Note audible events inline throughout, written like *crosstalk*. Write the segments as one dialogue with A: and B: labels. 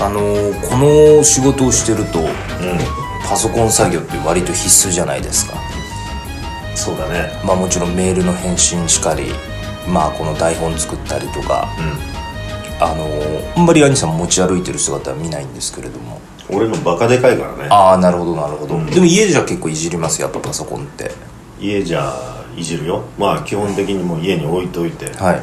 A: あのーこの仕事をしてると
B: うん
A: パソコン作業って割と必須じゃないですか
B: そうだね
A: まあもちろんメールの返信しかりまあこの台本作ったりとかあのーあんまり兄さん持ち歩いてる姿は見ないんですけれども
B: うん俺のバカでかいからね
A: ああなるほどなるほど、
B: うん
A: でも家じゃ結構いじりますやっぱパソコンって
B: 家じゃいじるよまあ基本的にもう家に置いといて
A: はい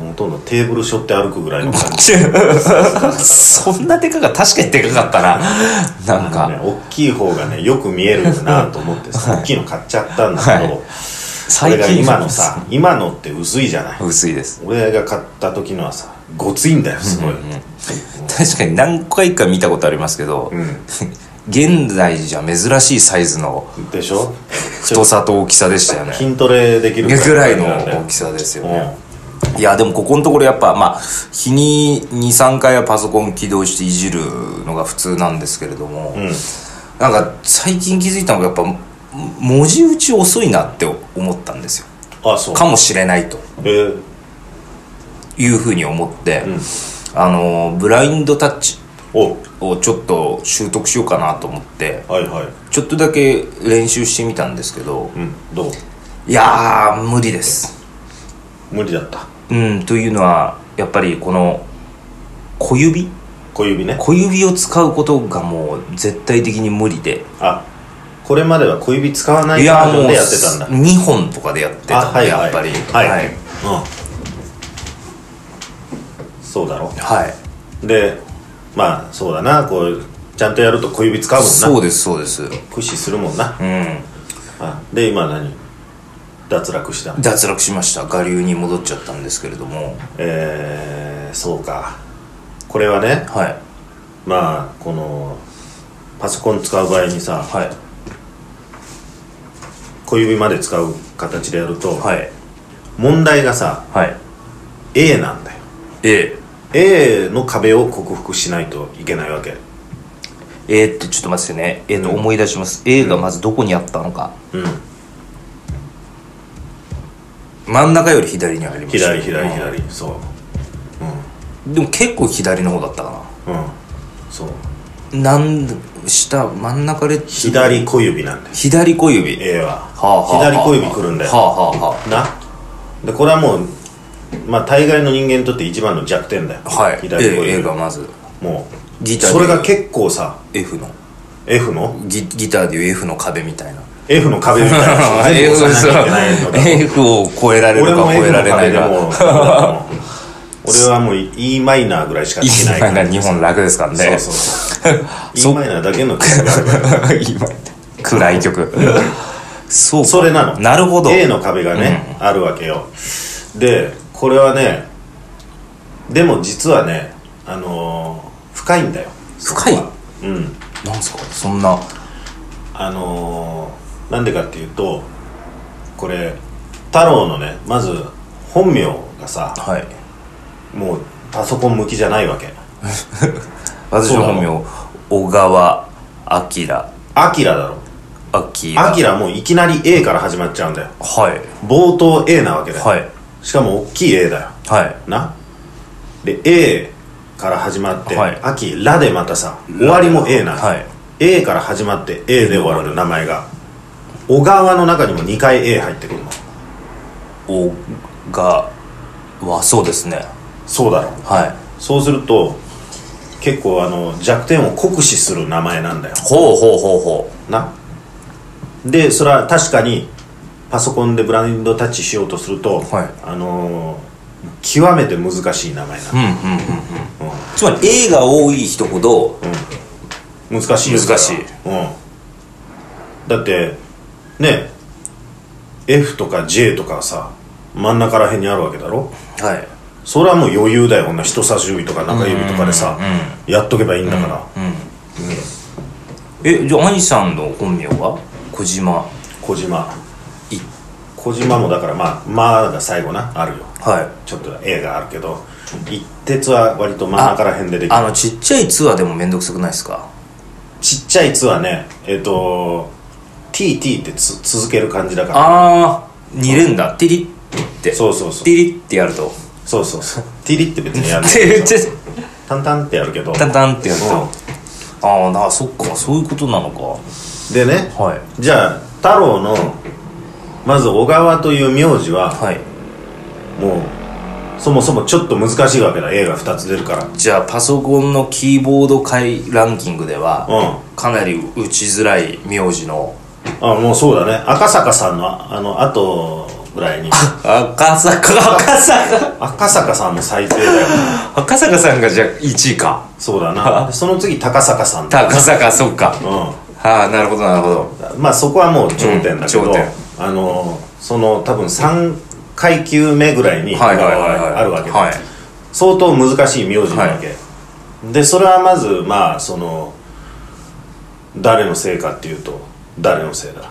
B: もうほとんどテーブル背負って歩くぐらいの感じ
A: *laughs* そんなでかか確かにでかかったななん
B: あのね
A: か
B: 大きい方がねよく見えるなと思ってさ、大きいの買っちゃったんだけど、
A: は
B: それ
A: 最
B: が
A: 近
B: 今のさ今のって薄いじゃない
A: 薄いです
B: 俺が買った時のはさごついんだよすごい、
A: 確かに何回か見たことありますけど、
B: うん
A: *laughs* 現在じゃ珍しいサイズの
B: でしょ
A: 太さと大きさでしたよね
B: 筋トレできる
A: ぐらいの大きさですよね、いやでもここのところやっぱまあ日に23回はパソコン起動していじるのが普通なんですけれども、
B: うん、うん
A: なんか最近気づいたのがやっぱ文字打ち遅いなって思ったんですよ
B: あそう
A: かもしれないと
B: えー
A: いうふうに思って、
B: うん
A: あのブラインドタッチ
B: お
A: をちょっと習得しようかなと思って
B: はいはい
A: ちょっとだけ練習してみたんですけど
B: うんどう
A: いやー無理です
B: 無理だった
A: うんというのはやっぱりこの小指
B: 小指ね
A: 小指を使うことがもう絶対的に無理で
B: あこれまでは小指使わない
A: いや
B: バー
A: ー
B: ジョ
A: も
B: ン
A: う
B: でやってたんだ
A: 2本とかでやってたんで、やっぱり
B: はい、
A: は
B: はいい、うん、そうだろ
A: はい
B: でまあそうだなこうちゃんとやると小指使うもん
A: そ
B: な
A: うですそうですう
B: 駆使するもんなんあで今何脱落した
A: 脱落しました我流に戻っちゃったんですけれども
B: えー、そうかこれはね
A: はい
B: まあこのパソコン使う場合にさ
A: はい
B: 小指まで使う形でやると、
A: はい
B: 問題がさ
A: はい
B: A なんだよ
A: A
B: A の壁を克服しないといけないわけ
A: A ってちょっと待ってね、えっと
B: うん
A: 思い出します、A がまずどこにあったのか
B: うん
A: 真ん中より左にありました
B: 左左左、そう
A: うんでも結構左の方だったか
B: うんそう
A: ななん下真ん中レッジ
B: 左小指なんだよ
A: 左小指
B: A は、
A: はあはあはあ
B: 左小指くるんだよ、
A: はあはあは
B: なでこれはもうまあ大概の人間にとって一番の弱点だよ、
A: あはい
B: 左小
A: A, A
B: 指
A: がまず
B: もう
A: ギターで
B: それが結構さ
A: F の
B: F の
A: ギギターでいう F の壁みたいな
B: F の壁みたいな
A: *laughs*
B: の全部
A: F,
B: 押さなきゃいけないのだ
A: F を超えられる
B: 俺
A: か
B: も
A: 超えら
B: F の
A: れな
B: 壁
A: い
B: で
A: か
B: もう *laughs* 俺はもう E マイナーぐらいしか弾けない
A: 今が日本楽ですから
B: そう
A: ね
B: そうそう E *laughs* マイナーだけの曲があるから
A: *laughs* 今暗い曲そうか
B: それなの
A: なるほど
B: A の壁がね、あるわけよでこれはねでも実はねあのー深いんだよ
A: 深い
B: うん
A: なんですかそんな
B: あのーなんでかっていうとこれ太郎のねまず本名がさ
A: はい
B: もうパソコン向きじゃないわけ
A: 私の本名小川明
B: アキラだろ
A: 明
B: アキラもういきなり A から始まっちゃうんだよ
A: はい
B: 冒頭 A なわけだよ、
A: はい
B: しかも大きい A だよ
A: はい
B: なで A から始まって、
A: はい
B: 秋ラでまたさ終わりも A なの、
A: はい
B: A から始まって A で終わるの名前が小川の中にも2回 A 入ってくるの
A: 小川はそうですね
B: そうだろう
A: はい
B: そうすると結構あの弱点を酷使する名前なんだよ
A: ほうほうほうほ
B: なでそれは確かにパソコンでブラインドタッチしようとすると、
A: はい
B: あのー極めて難しい名前な
A: うう
B: の、
A: んうんうんうんつまり A が多い人ほど
B: 難しいよ
A: 難しい
B: それはうん、だってね F とか J とかさ真ん中らへんにあるわけだろ
A: はい
B: それはもう余裕だよこんな人差し指とか中指とかでさ、やっとけばいいんだから、
A: えじゃあ兄さんの本名は小島
B: 小島い小島もだからまあ「まあ」が最後なあるよ
A: はい
B: ちょっと A があるけど一徹は割と真ん中らへんでできる
A: あのちっちゃいツアーでも面倒くさくないですか
B: ちっちゃい「つ」はねえっ、と「TT」ってつ続ける感じだから
A: ああ2連打ティリって
B: そうそうそう
A: ティリってやると
B: そうそうそう「TT」って別にや
A: *laughs*
B: る
A: ティリって
B: タンタンってやるけど
A: タンタンってやると、
B: うん
A: ああなあそっかそういうことなのか
B: でね
A: はい
B: じゃあ太郎のまず小川という名字は、
A: はい
B: もうそもそもちょっと難しいわけだ A が2つ出るから
A: じゃあパソコンのキーボード回ランキングでは、
B: うん
A: かなり打ちづらい名字の
B: あもうそうだね赤坂さんのあの後ぐらいに
A: 赤坂赤坂
B: 赤坂さんの最低だよね
A: 赤坂さんがじゃあ1位か
B: そう
A: *laughs*
B: だなその次高坂さんだ
A: 高坂そっか
B: う
A: ああなるほどなるほど
B: んまあそこはもう頂点だけ
A: う
B: ど、
A: ん頂点
B: あのその多分3階級目ぐらいに
A: はいはいはいはい
B: あるわけで、
A: はい
B: 相当難しい名字なわけ、でそれはまずまあその誰のせいかっていうと誰のせいだ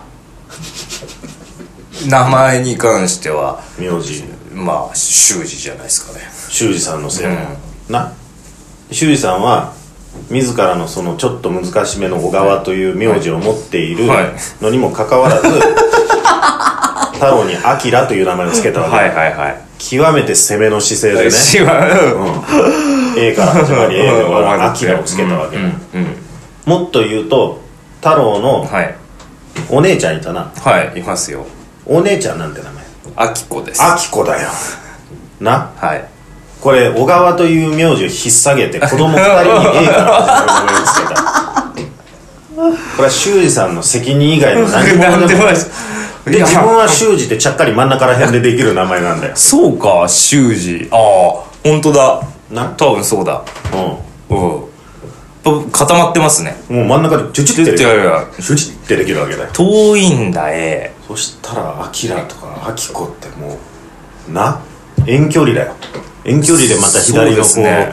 A: 名前に関しては
B: 名字
A: まあ修士じゃないですかね
B: 修二さんのせいだ、な修二さんは自らのそのちょっと難しめの小川という名字を持っている
A: はい
B: のにもかかわ
A: *laughs*
B: らず、太郎に「あきら」という名前を付けたわけ、
A: はいはいはい
B: 極めて攻めの姿勢でね
A: 私は
B: A から始まり A で
A: *laughs*
B: 終わ
A: うん
B: る「あきら」を付けたわけ、
A: うんうん
B: もっと言うと太郎の
A: はい
B: お姉ちゃんいたな
A: はいいますよ
B: お姉ちゃんなんて名前
A: あきこです
B: あきこだよな
A: はい
B: これ小川という名字を引っ提げて子供2人に A から始まる名前をつけたこれは修二さんの責任以外の何
A: な
B: 者
A: んで
B: でも
A: もな
B: な
A: いいです
B: で
A: いや
B: 自分は修二ってちゃっかり真ん中ら辺でできる名前なんだよ
A: そうか修士ああ本当だ
B: な
A: 多分そうだ
B: うん
A: うん固まってますね
B: もう真ん中でチュチュって
A: い
B: できる
A: やいや
B: チュチュってできるわけだよ
A: 遠いんだえ
B: そしたら「あきら」とか「あきこ」ってもうな遠距離だよ遠距離でまた左のこ
A: そううですね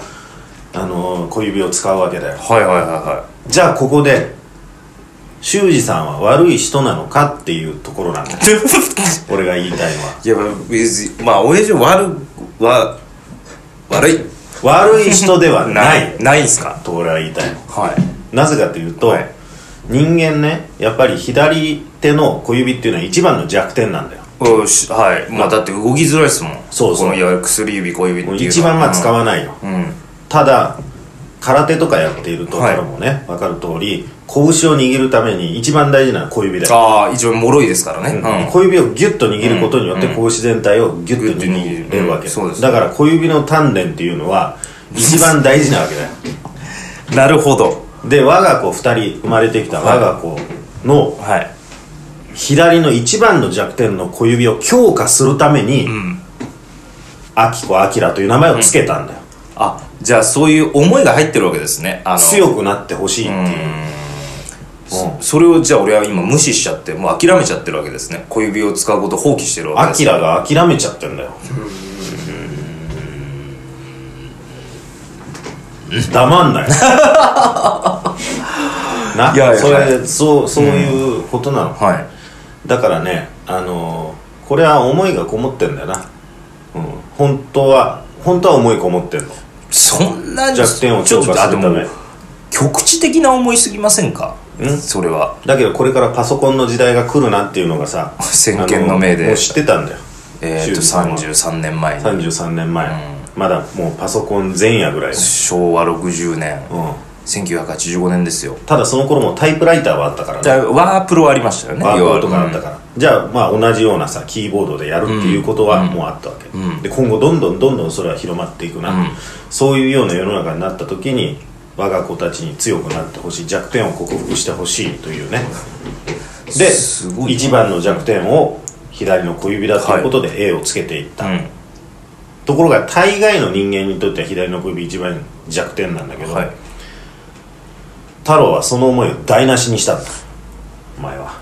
B: あのー小指を使うわけだよ
A: はいはいはいは
B: じゃあここで修二さんは悪い人なのかっていうところなん
A: *laughs*
B: だ俺が言いたいのはい
A: いや別にまあ親父悪は悪い
B: 悪い人ではない
A: *laughs* ないんすか
B: と俺は言いたいの
A: はい
B: なぜかというと、
A: はい
B: 人間ねやっぱり左手の小指っていうのは一番の弱点なんだよ
A: おしはいまあだって動きづらいですもん
B: そうそう
A: このいや薬指小指っていうのは
B: 一番まあ使わないの、
A: うんうん
B: ただ空手とかやっていると
A: はい
B: 彼もね、分かる通り拳を握るために一番大事なのは小指だよ、
A: ああ一番脆いですからねうん
B: 小指をギュッと握ることによって拳全体をギュッ
A: ギ
B: と
A: ュッと
B: 握
A: 握
B: れ
A: る
B: るわけ、
A: うんそうです
B: だから小指の鍛錬っていうのは一番大事なわけだよ
A: なるほど
B: で我が子2人生まれてきた我が子の
A: はい
B: 左の一番の弱点の小指を強化するために、あきこあきらという名前を付けたんだよ、
A: あじゃあそういう思いが入ってるわけですねあの
B: 強くなってほしいっていう、
A: それをじゃあ俺は今無視しちゃってもう諦めちゃってるわけですね小指を使うことを放棄してるわけ
B: ア
A: です
B: キラが諦めちゃってんだよ黙
A: *laughs*
B: んないない
A: やいや
B: それそうそういうことなの、
A: はい
B: だからねあのーこれは思いがこもってんだよな、うん、本当は本当は思いこもってんの
A: そんな
B: 弱点を強化する
A: ち
B: た
A: ょっとあ
B: め
A: でも局地的な思いすぎませんかそれは
B: だけどこれからパソコンの時代が来るなっていうのがさ
A: *laughs* 先見の明で
B: あもう知ってたんだよ
A: えっ、
B: 修
A: と
B: 二さんは
A: 33年前に
B: 33年前、まだもうパソコン前夜ぐらい、
A: 昭和60年
B: うん、
A: 1985年ですよ
B: ただその頃もタイプライターはあったから
A: だ
B: ね
A: からワープロありましたよね
B: バーコーとかあっ
A: 要
B: た
A: は
B: から、じゃあまあ同じようなさキーボードでやるっていうことはもうあったわけ、で今後どんどんどんどんそれは広まっていくな、そういうような世の中になった時に我が子たちに強くなってほしい弱点を克服してほしいというねです
A: ごいな
B: 一番の弱点を左の小指だということで A をつけていった、
A: うん
B: ところが大概の人間にとっては左の小指一番弱点なんだけど、
A: はい *laughs*
B: 太郎はその思いを台無しにしたんだお前は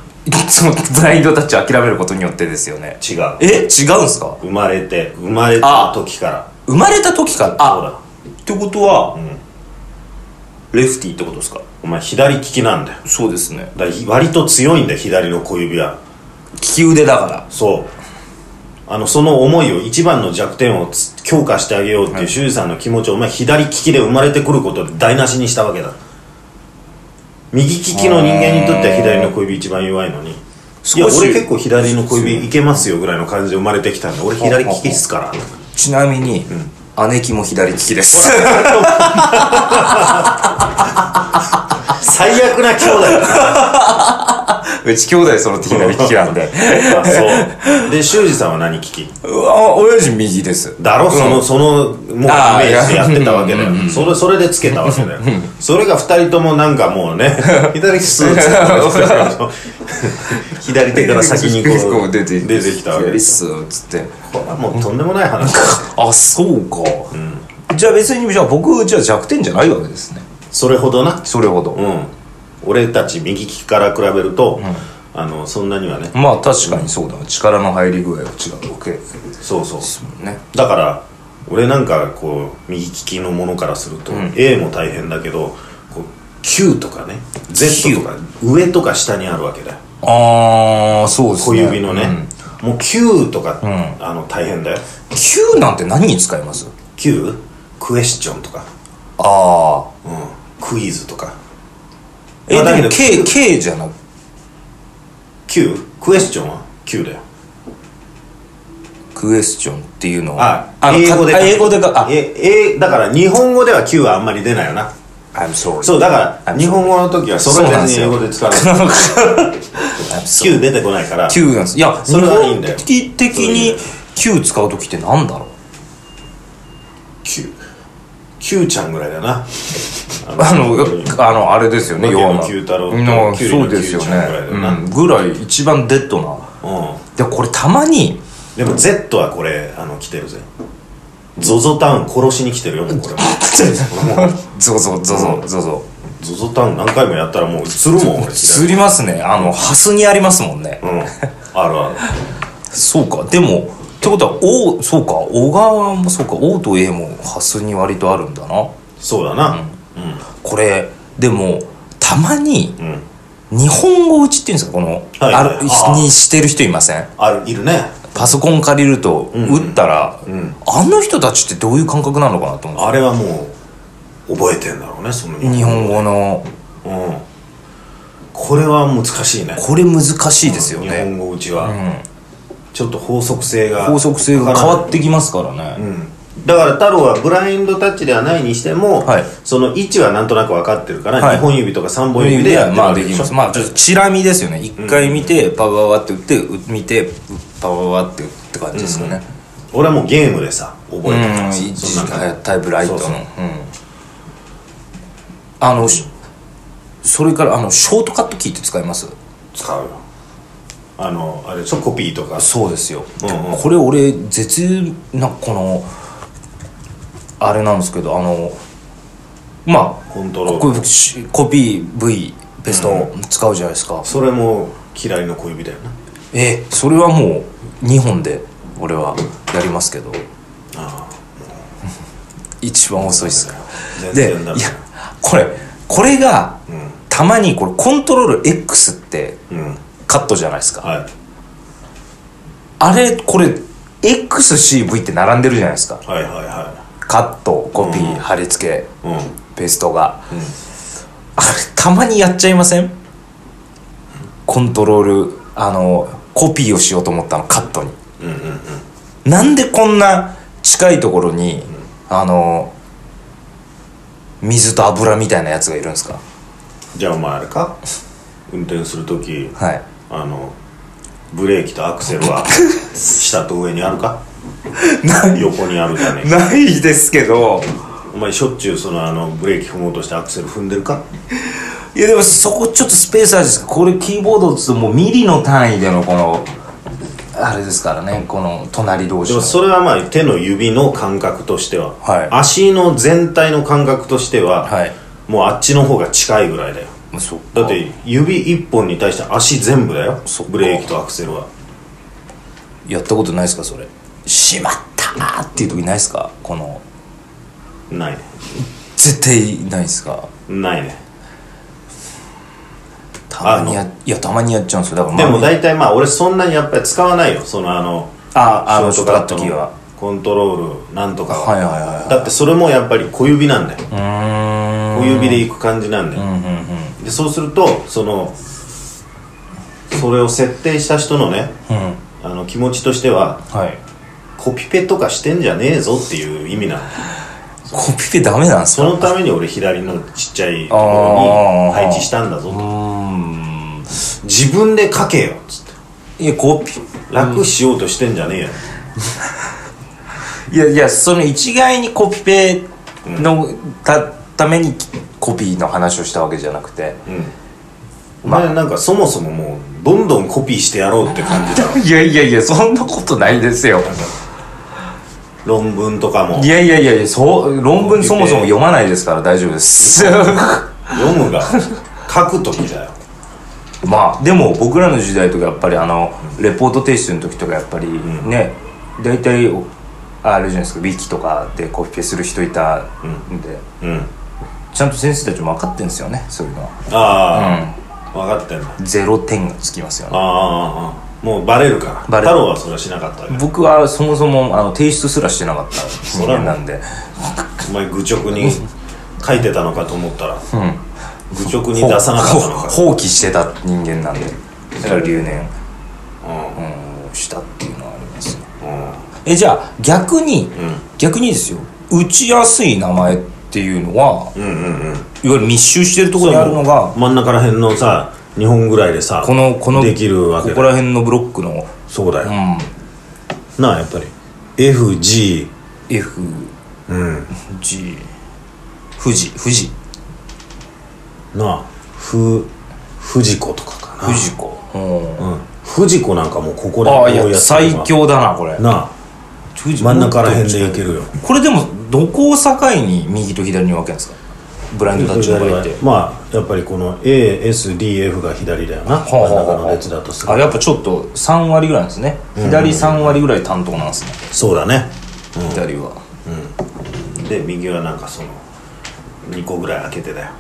A: そのブラインドタッチを諦めることによってですよね
B: 違う
A: え違うんすか
B: 生まれて生まれた時から
A: 生まれた時から
B: そう
A: あ
B: だ
A: ってことは、レフティーってことですか
B: お前左利きなんだよ
A: そうですね
B: だから割と強いんだよ左の小指は
A: 利き腕だから
B: そうあのその思いを一番の弱点をつ強化してあげようっていう修二さんの気持ちをお前左利きで生まれてくることで台無しにしたわけだ右利きの人間にとっては左の小指一番弱いのにいや
A: 少し
B: 俺結構
A: *laughs*
B: 左の小指いけますよぐらいの感じで生まれてきたんで俺左利きっすから
A: ちなみに、姉貴も左利き
B: *laughs*
A: です。
B: 最悪な兄弟
A: *laughs*
B: だ
A: うち兄弟揃って左利きなんで。
B: なあそうで修二さんは何聞き
A: *laughs* うわ、親父右です。
B: だろその、そのもうイメ
A: あー
B: ージでやってたわけだよそれそれでつけたわけだよそれが二人ともなんかもう *laughs* ね左利きすぐつけたわけだ *laughs* よ左手から先にこう
A: 出て
B: 出てきたわけ
A: 左
B: で
A: っ
B: す
A: すつって。
B: これはもうとんでもない話だよ
A: あ、そうか。じゃあ別に、じゃあ僕、じゃあ弱点じゃないわけですね。
B: それほどな
A: それほど。
B: うん俺たち右利きから比べるとあのそんなにはね
A: まあ確かにそうだな。力の入り具合が違うわけで
B: そうそう
A: すもんね。
B: だから俺なんかこう右利きのものからすると、A も大変だけどこう Q とかね Z とか上とか下にあるわけだよ
A: あー、そうです
B: 小
A: ね。
B: 指のね、もう Q とか、
A: ん
B: あの大変だよ
A: うん。Q なんて何に使います
B: Q クエスチョンとか、
A: あ
B: うん、クイズとか
A: ー。え、
B: まあだけ
A: で
B: ど
A: も K、K じゃなく
B: Q クエスチョンは Q だよ
A: クエスチョンっていうのは
B: あ
A: あの
B: 英語で
A: かあ英語でかあ
B: ええだから日本語では Q はあんまり出ないよな
A: I'm sorry
B: そうだか
A: あ
B: ら日本語の時はそれ
A: そう
B: 全
A: なんです
B: 然英
A: よ
B: 語で使わない
A: *laughs* I'm sorry
B: Q 出てこないから
A: Q なんですいや
B: それはいいんだよ
A: 日本的に Q 使う時ってなんだろう
B: Q Q ちゃんぐらいだな
A: あのあのあれですよね
B: 竹野
A: 要は
B: 九太郎と
A: の
B: キュウリ
A: そ
B: の
A: うですよ
B: キュウちゃんぐ
A: ね
B: らいだよな
A: うんぐらい一番デッドな
B: う
A: でこれたま
B: *laughs*
A: に
B: んでも Z はこれあの来てるぜ ZOZO タウン殺しに来てるよもうこれももう
A: ゾ *laughs* ゾゾゾゾゾ
B: ZOZO タウン何回もやったらもうするもん俺
A: すりますねあのハスにありますもんね
B: うんあるある
A: そうかでもってことは O そうか小川もそうか O と A もハスに割とあるんだな
B: そうだな
A: これでもたまに
B: うん、うん、
A: 日本語打ちっていうんですかこの、
B: はい
A: ある
B: あー
A: にしてる人いません
B: あるいるね
A: パソコン借りると打ったら、
B: ん
A: あの人たちってどういう感覚なのかなと思
B: あれはもう覚えてんだろうねその
A: う日本語の
B: うんこれは難しいね
A: これ難しいですよ
B: 日
A: ね
B: 本語うちは、ちょっと法則性が
A: 法則性が変わってきますからね、
B: うんだから太郎はブラインドタッチではないにしても、
A: はい
B: その位置はなんとなく分かってるから、
A: はい
B: 2本指とか3
A: こう
B: 本
A: いう意
B: 指
A: 味
B: で
A: では
B: やってる
A: まあ
B: わけ
A: でき
B: しょ
A: ますまあちょっとチラ見ですよね一回見てパワワって打ってう見てパワワって打って感じですかね
B: 俺はもうゲームでさ覚えて
A: うん
B: たから、
A: 一
B: そ
A: 時
B: んなの
A: 間タイプライトの
B: そうそう
A: あのしそれからあのショートカットキーって使います
B: 使うよあのあれチョコピーとか
A: そうですよ、
B: うんうん
A: これ俺絶なこのあれなんですけどあのまあ
B: コントロール
A: こうしコピー V ペスト使うじゃないですか、
B: それも嫌いの小指だよな
A: えそれはもう2本で俺はやりますけど
B: あ
A: 一番遅いっすから
B: あ全
A: でい
B: 然ダ
A: や
B: メだ
A: これこれがたまにこれコントロール X って
B: うん、うん、
A: カットじゃないですか、
B: はい
A: あれこれ XCV って並んでるじゃないですか
B: はいはいは
A: カットコピー、
B: うん
A: 貼り付け
B: いうん
A: ペーストが、あれたまにやっちゃいませんコントロールあのコピーをしようと思ったのカットに、なんでこんな近いところに、あの水と油みたいなやつがいるんですか
B: じゃあお前あれか運転する時
A: はい
B: あのブレーキとアクセル
A: *laughs*
B: は下と上にあるか
A: な
B: 横にあるかね
A: ないですけど
B: お前しょっちゅうそのあのブレーキ踏もうとしてアクセル踏んでるか
A: いやでもそこちょっとスペースあるんですけどこれキーボードっつうともうミリの単位でのこのあれですからねこの隣同
B: で
A: 士
B: も
A: の
B: それはまあ手の指の感覚としては、
A: はい
B: 足の全体の感覚としては、
A: はい
B: もうあっちの方が近いぐらいだよ
A: そう
B: だって指1本に対して足全部だよ
A: そっか
B: ブレーキとアクセルは
A: やったことないですかそれしまったーっていう時ないですかこの
B: ないね
A: 絶対ないですか
B: ないね
A: たまにやいやたまにやっちゃうんですよだから
B: でも
A: ま
B: 大体まあ俺そんなにやっぱり使わないよそのあの
A: あああの
B: シ
A: シ
B: ョ
A: ョ
B: ー
A: ー
B: ト
A: トカット
B: カットの
A: キーは
B: コントロールなんとか
A: はいはいはいはい
B: だってそれもやっぱり小指なんだよ
A: うーん
B: 小指でいく感じなんだよ、でそうするとそのそれを設定した人のね、あの気持ちとしては
A: はい
B: こコピペとかしてんじゃねえぞっていう意味なの
A: コピペダメなんです
B: そ
A: か
B: のために俺左のちっちゃいところに配置したんだぞ
A: う
B: と
A: ーん
B: 自分で書けよっつって
A: いやコピ
B: 楽しようとしてんじゃねえよ、
A: いやいやその一概にコピペのたためにコピーの話をしたわけじゃなくて
B: うんお前なんかそもそももうどんどんコピーしてやろうって感じ
A: *laughs*
B: だろ
A: いやいやいやそんなことないですよ
B: 論文とかも
A: いやいやいやいやそう論文そもそも読まないですから大丈夫です *laughs*
B: 読むが書く時だよ
A: まあでも僕らの時代とかやっぱりあのレポート提出の時とかやっぱりね大体あれじゃないですかウィキとかでコピペする人いたんで
B: うん
A: ちゃんと先生たちも分かってるんですよねそういうのは
B: ああ、分かってんの
A: ゼロ点がつきますよね
B: ああもうバレるから
A: バレる
B: 太郎はそれはしなかった
A: *laughs*
B: わけ
A: 僕はそもそもあの提出すらしてなかった人間なんで
B: お前愚直に書いてたのかと思ったら、愚直に
A: ほ
B: 出さなかったのか
A: ほ放棄してた人間なんでだから留年うんしたっていうのはありますねえじゃあ逆に、逆にですよ打ちやすい名前っていうのは、
B: うんうんうんうん
A: いわゆる密集してるところにあるのが
B: 真ん中ら辺のさ日本ぐらいでさ
A: このこの
B: できるわ
A: こ
B: けだ
A: こら辺のブロックの、
B: そうだよ、
A: うん、
B: なあやっぱり FG
A: FG
B: うん
A: 富士富士
B: なあふ藤子とかかな
A: 富士子、うん
B: うん藤子なんかもうここら
A: ああ
B: 辺
A: い
B: こう
A: や
B: って
A: 最強だなこれ
B: なあ
A: 富士
B: 真ん中ら辺でいけるよ
A: これでもどこを境に右と左に分けるんですかブラインドタッチの場合って
B: まあやっぱりこの ASDF が左だよな
A: はあ
B: 真ん
A: はあ
B: 中
A: はあ
B: の列だとする
A: あやっぱちょっと3割ぐらいなんですね左3割ぐらい担当なんですね
B: そうだね
A: 左は
B: で右はなんかその2個ぐらい開けてだよ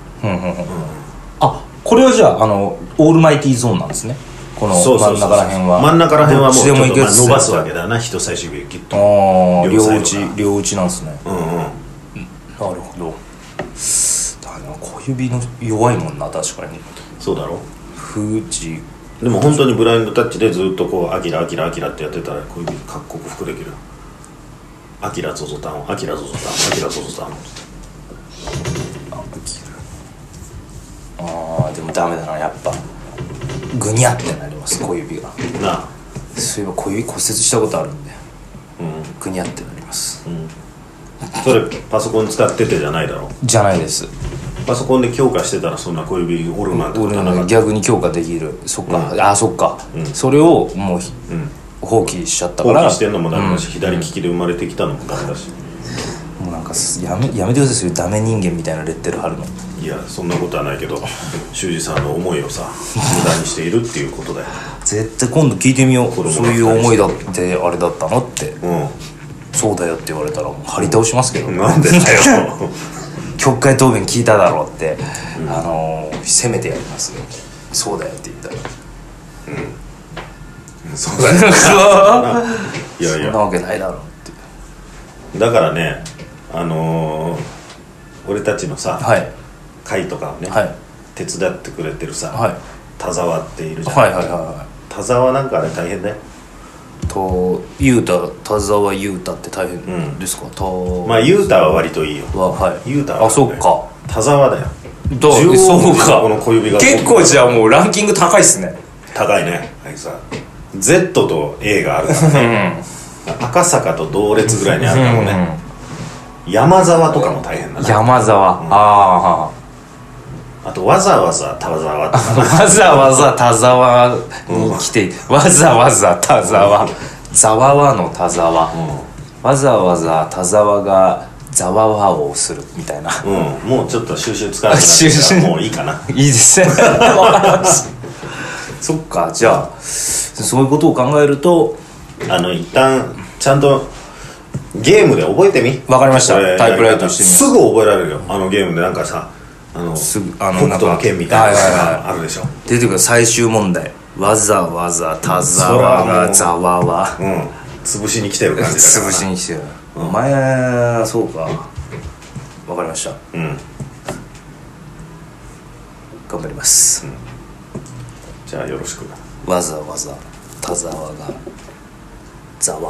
A: あこれはじゃああのオールマイティーゾーンなんですねこの真
B: そうそ
A: ん
B: うそ
A: 中
B: う
A: ら辺は
B: 真ん中ら辺はもう
A: どっ
B: ち
A: ち
B: ょ
A: で
B: っ
A: もい
B: と
A: け
B: まあ伸ばすわ
A: け
B: けだな人差し指切っ
A: あ
B: と
A: ー
B: 両サ
A: 両打
B: イド
A: ち
B: が
A: 両打ちなんですね
B: うんうん
A: なるほどだから小指の弱いもんな確かに
B: そうだろ
A: 富士
B: でも本当にブラインドタッチでずっとこう「アキラアキラアキラ」ってやってたら小指各国服できる「アキラゾゾタンアキラゾゾタンアキラゾゾタン」
A: あーでもダメだなやっぱぐにゃってなります小指が
B: なあ
A: そういえば小指骨折したことあるんで
B: うん
A: ぐにゃってなります
B: それパソコン使っててじゃないだろ
A: じゃないです
B: パソコンで強化してたらそんな小指折るなんてこと
A: 俺
B: はなか
A: の
B: っ
A: 逆に強化できるそっか、あそっか、それをもうひ、
B: ん
A: 放棄しちゃった
B: た
A: か
B: 放
A: ら
B: 棄してんのもダメだし、左利きで生まれてきたのもダメだし
A: もうなんかすやめやめてくださいそういうダメ人間みたいなレッテル貼るの
B: いやそんなことはないけど修二さんの思いをさ無駄にしているっていうことだよ
A: 絶対今度聞いてみよう
B: 子供が
A: そういう思いだってあれだったのって
B: う
A: そうだよって言われたらもう張り倒しますけど、
B: んなんでだよ
A: 曲解答弁聞いただろうって、あのー、せめてやりますよそうだよって言ったら
B: そうだよいやい
A: そん
B: や
A: なわけ *laughs* ないだろうって
B: だからねあのー、俺たちのさ、
A: はい
B: 会とかをね、
A: はい
B: 手伝ってくれてるさ、
A: はい
B: 田沢っているじゃん、
A: はいはいはいは
B: 田沢なんかあれ大変だよ
A: いと雄太田沢雄太って大変ですか、う
B: まあ雄太は割といいよ
A: ははい
B: 雄太は、
A: あそっか
B: 田沢だよ
A: どう
B: 縦横
A: そうか
B: この小指が
A: 結構じゃあもうランキング高いっすね
B: 高いねあいつは Z と A があるからね赤坂と同列ぐらいにあるからね、山沢とかも大変だな
A: 山沢、あ
B: あとわざわざ田沢とか
A: あ *laughs* わざわざ田沢に来て、わざわざ田沢ざわわの田沢、わざわざ田沢がざわわをするみたいな
B: うん、もうちょっと収集つかなくなってき
A: 収
B: たか
A: 集
B: らもういいかない
A: いですねわかりましたそっかじゃあそういうことを考えると
B: あの一旦ちゃんとゲームで覚えてみ
A: わかりました
B: これ
A: タイプライトしてみます
B: すぐ覚えられるよあのゲームでなんかさあの
A: すぐあの
B: 北斗
A: なん
B: の
A: か
B: 剣みたいなの
A: はいはい
B: があるでしょ
A: 出てくる最終問題わざわざ田沢がざわわ
B: うん潰しに来てる感じだから
A: 潰しに来てる、お前そうかわかりました
B: うん
A: 頑張ります、
B: じゃあよろしく
A: わざわざ田沢がざわわ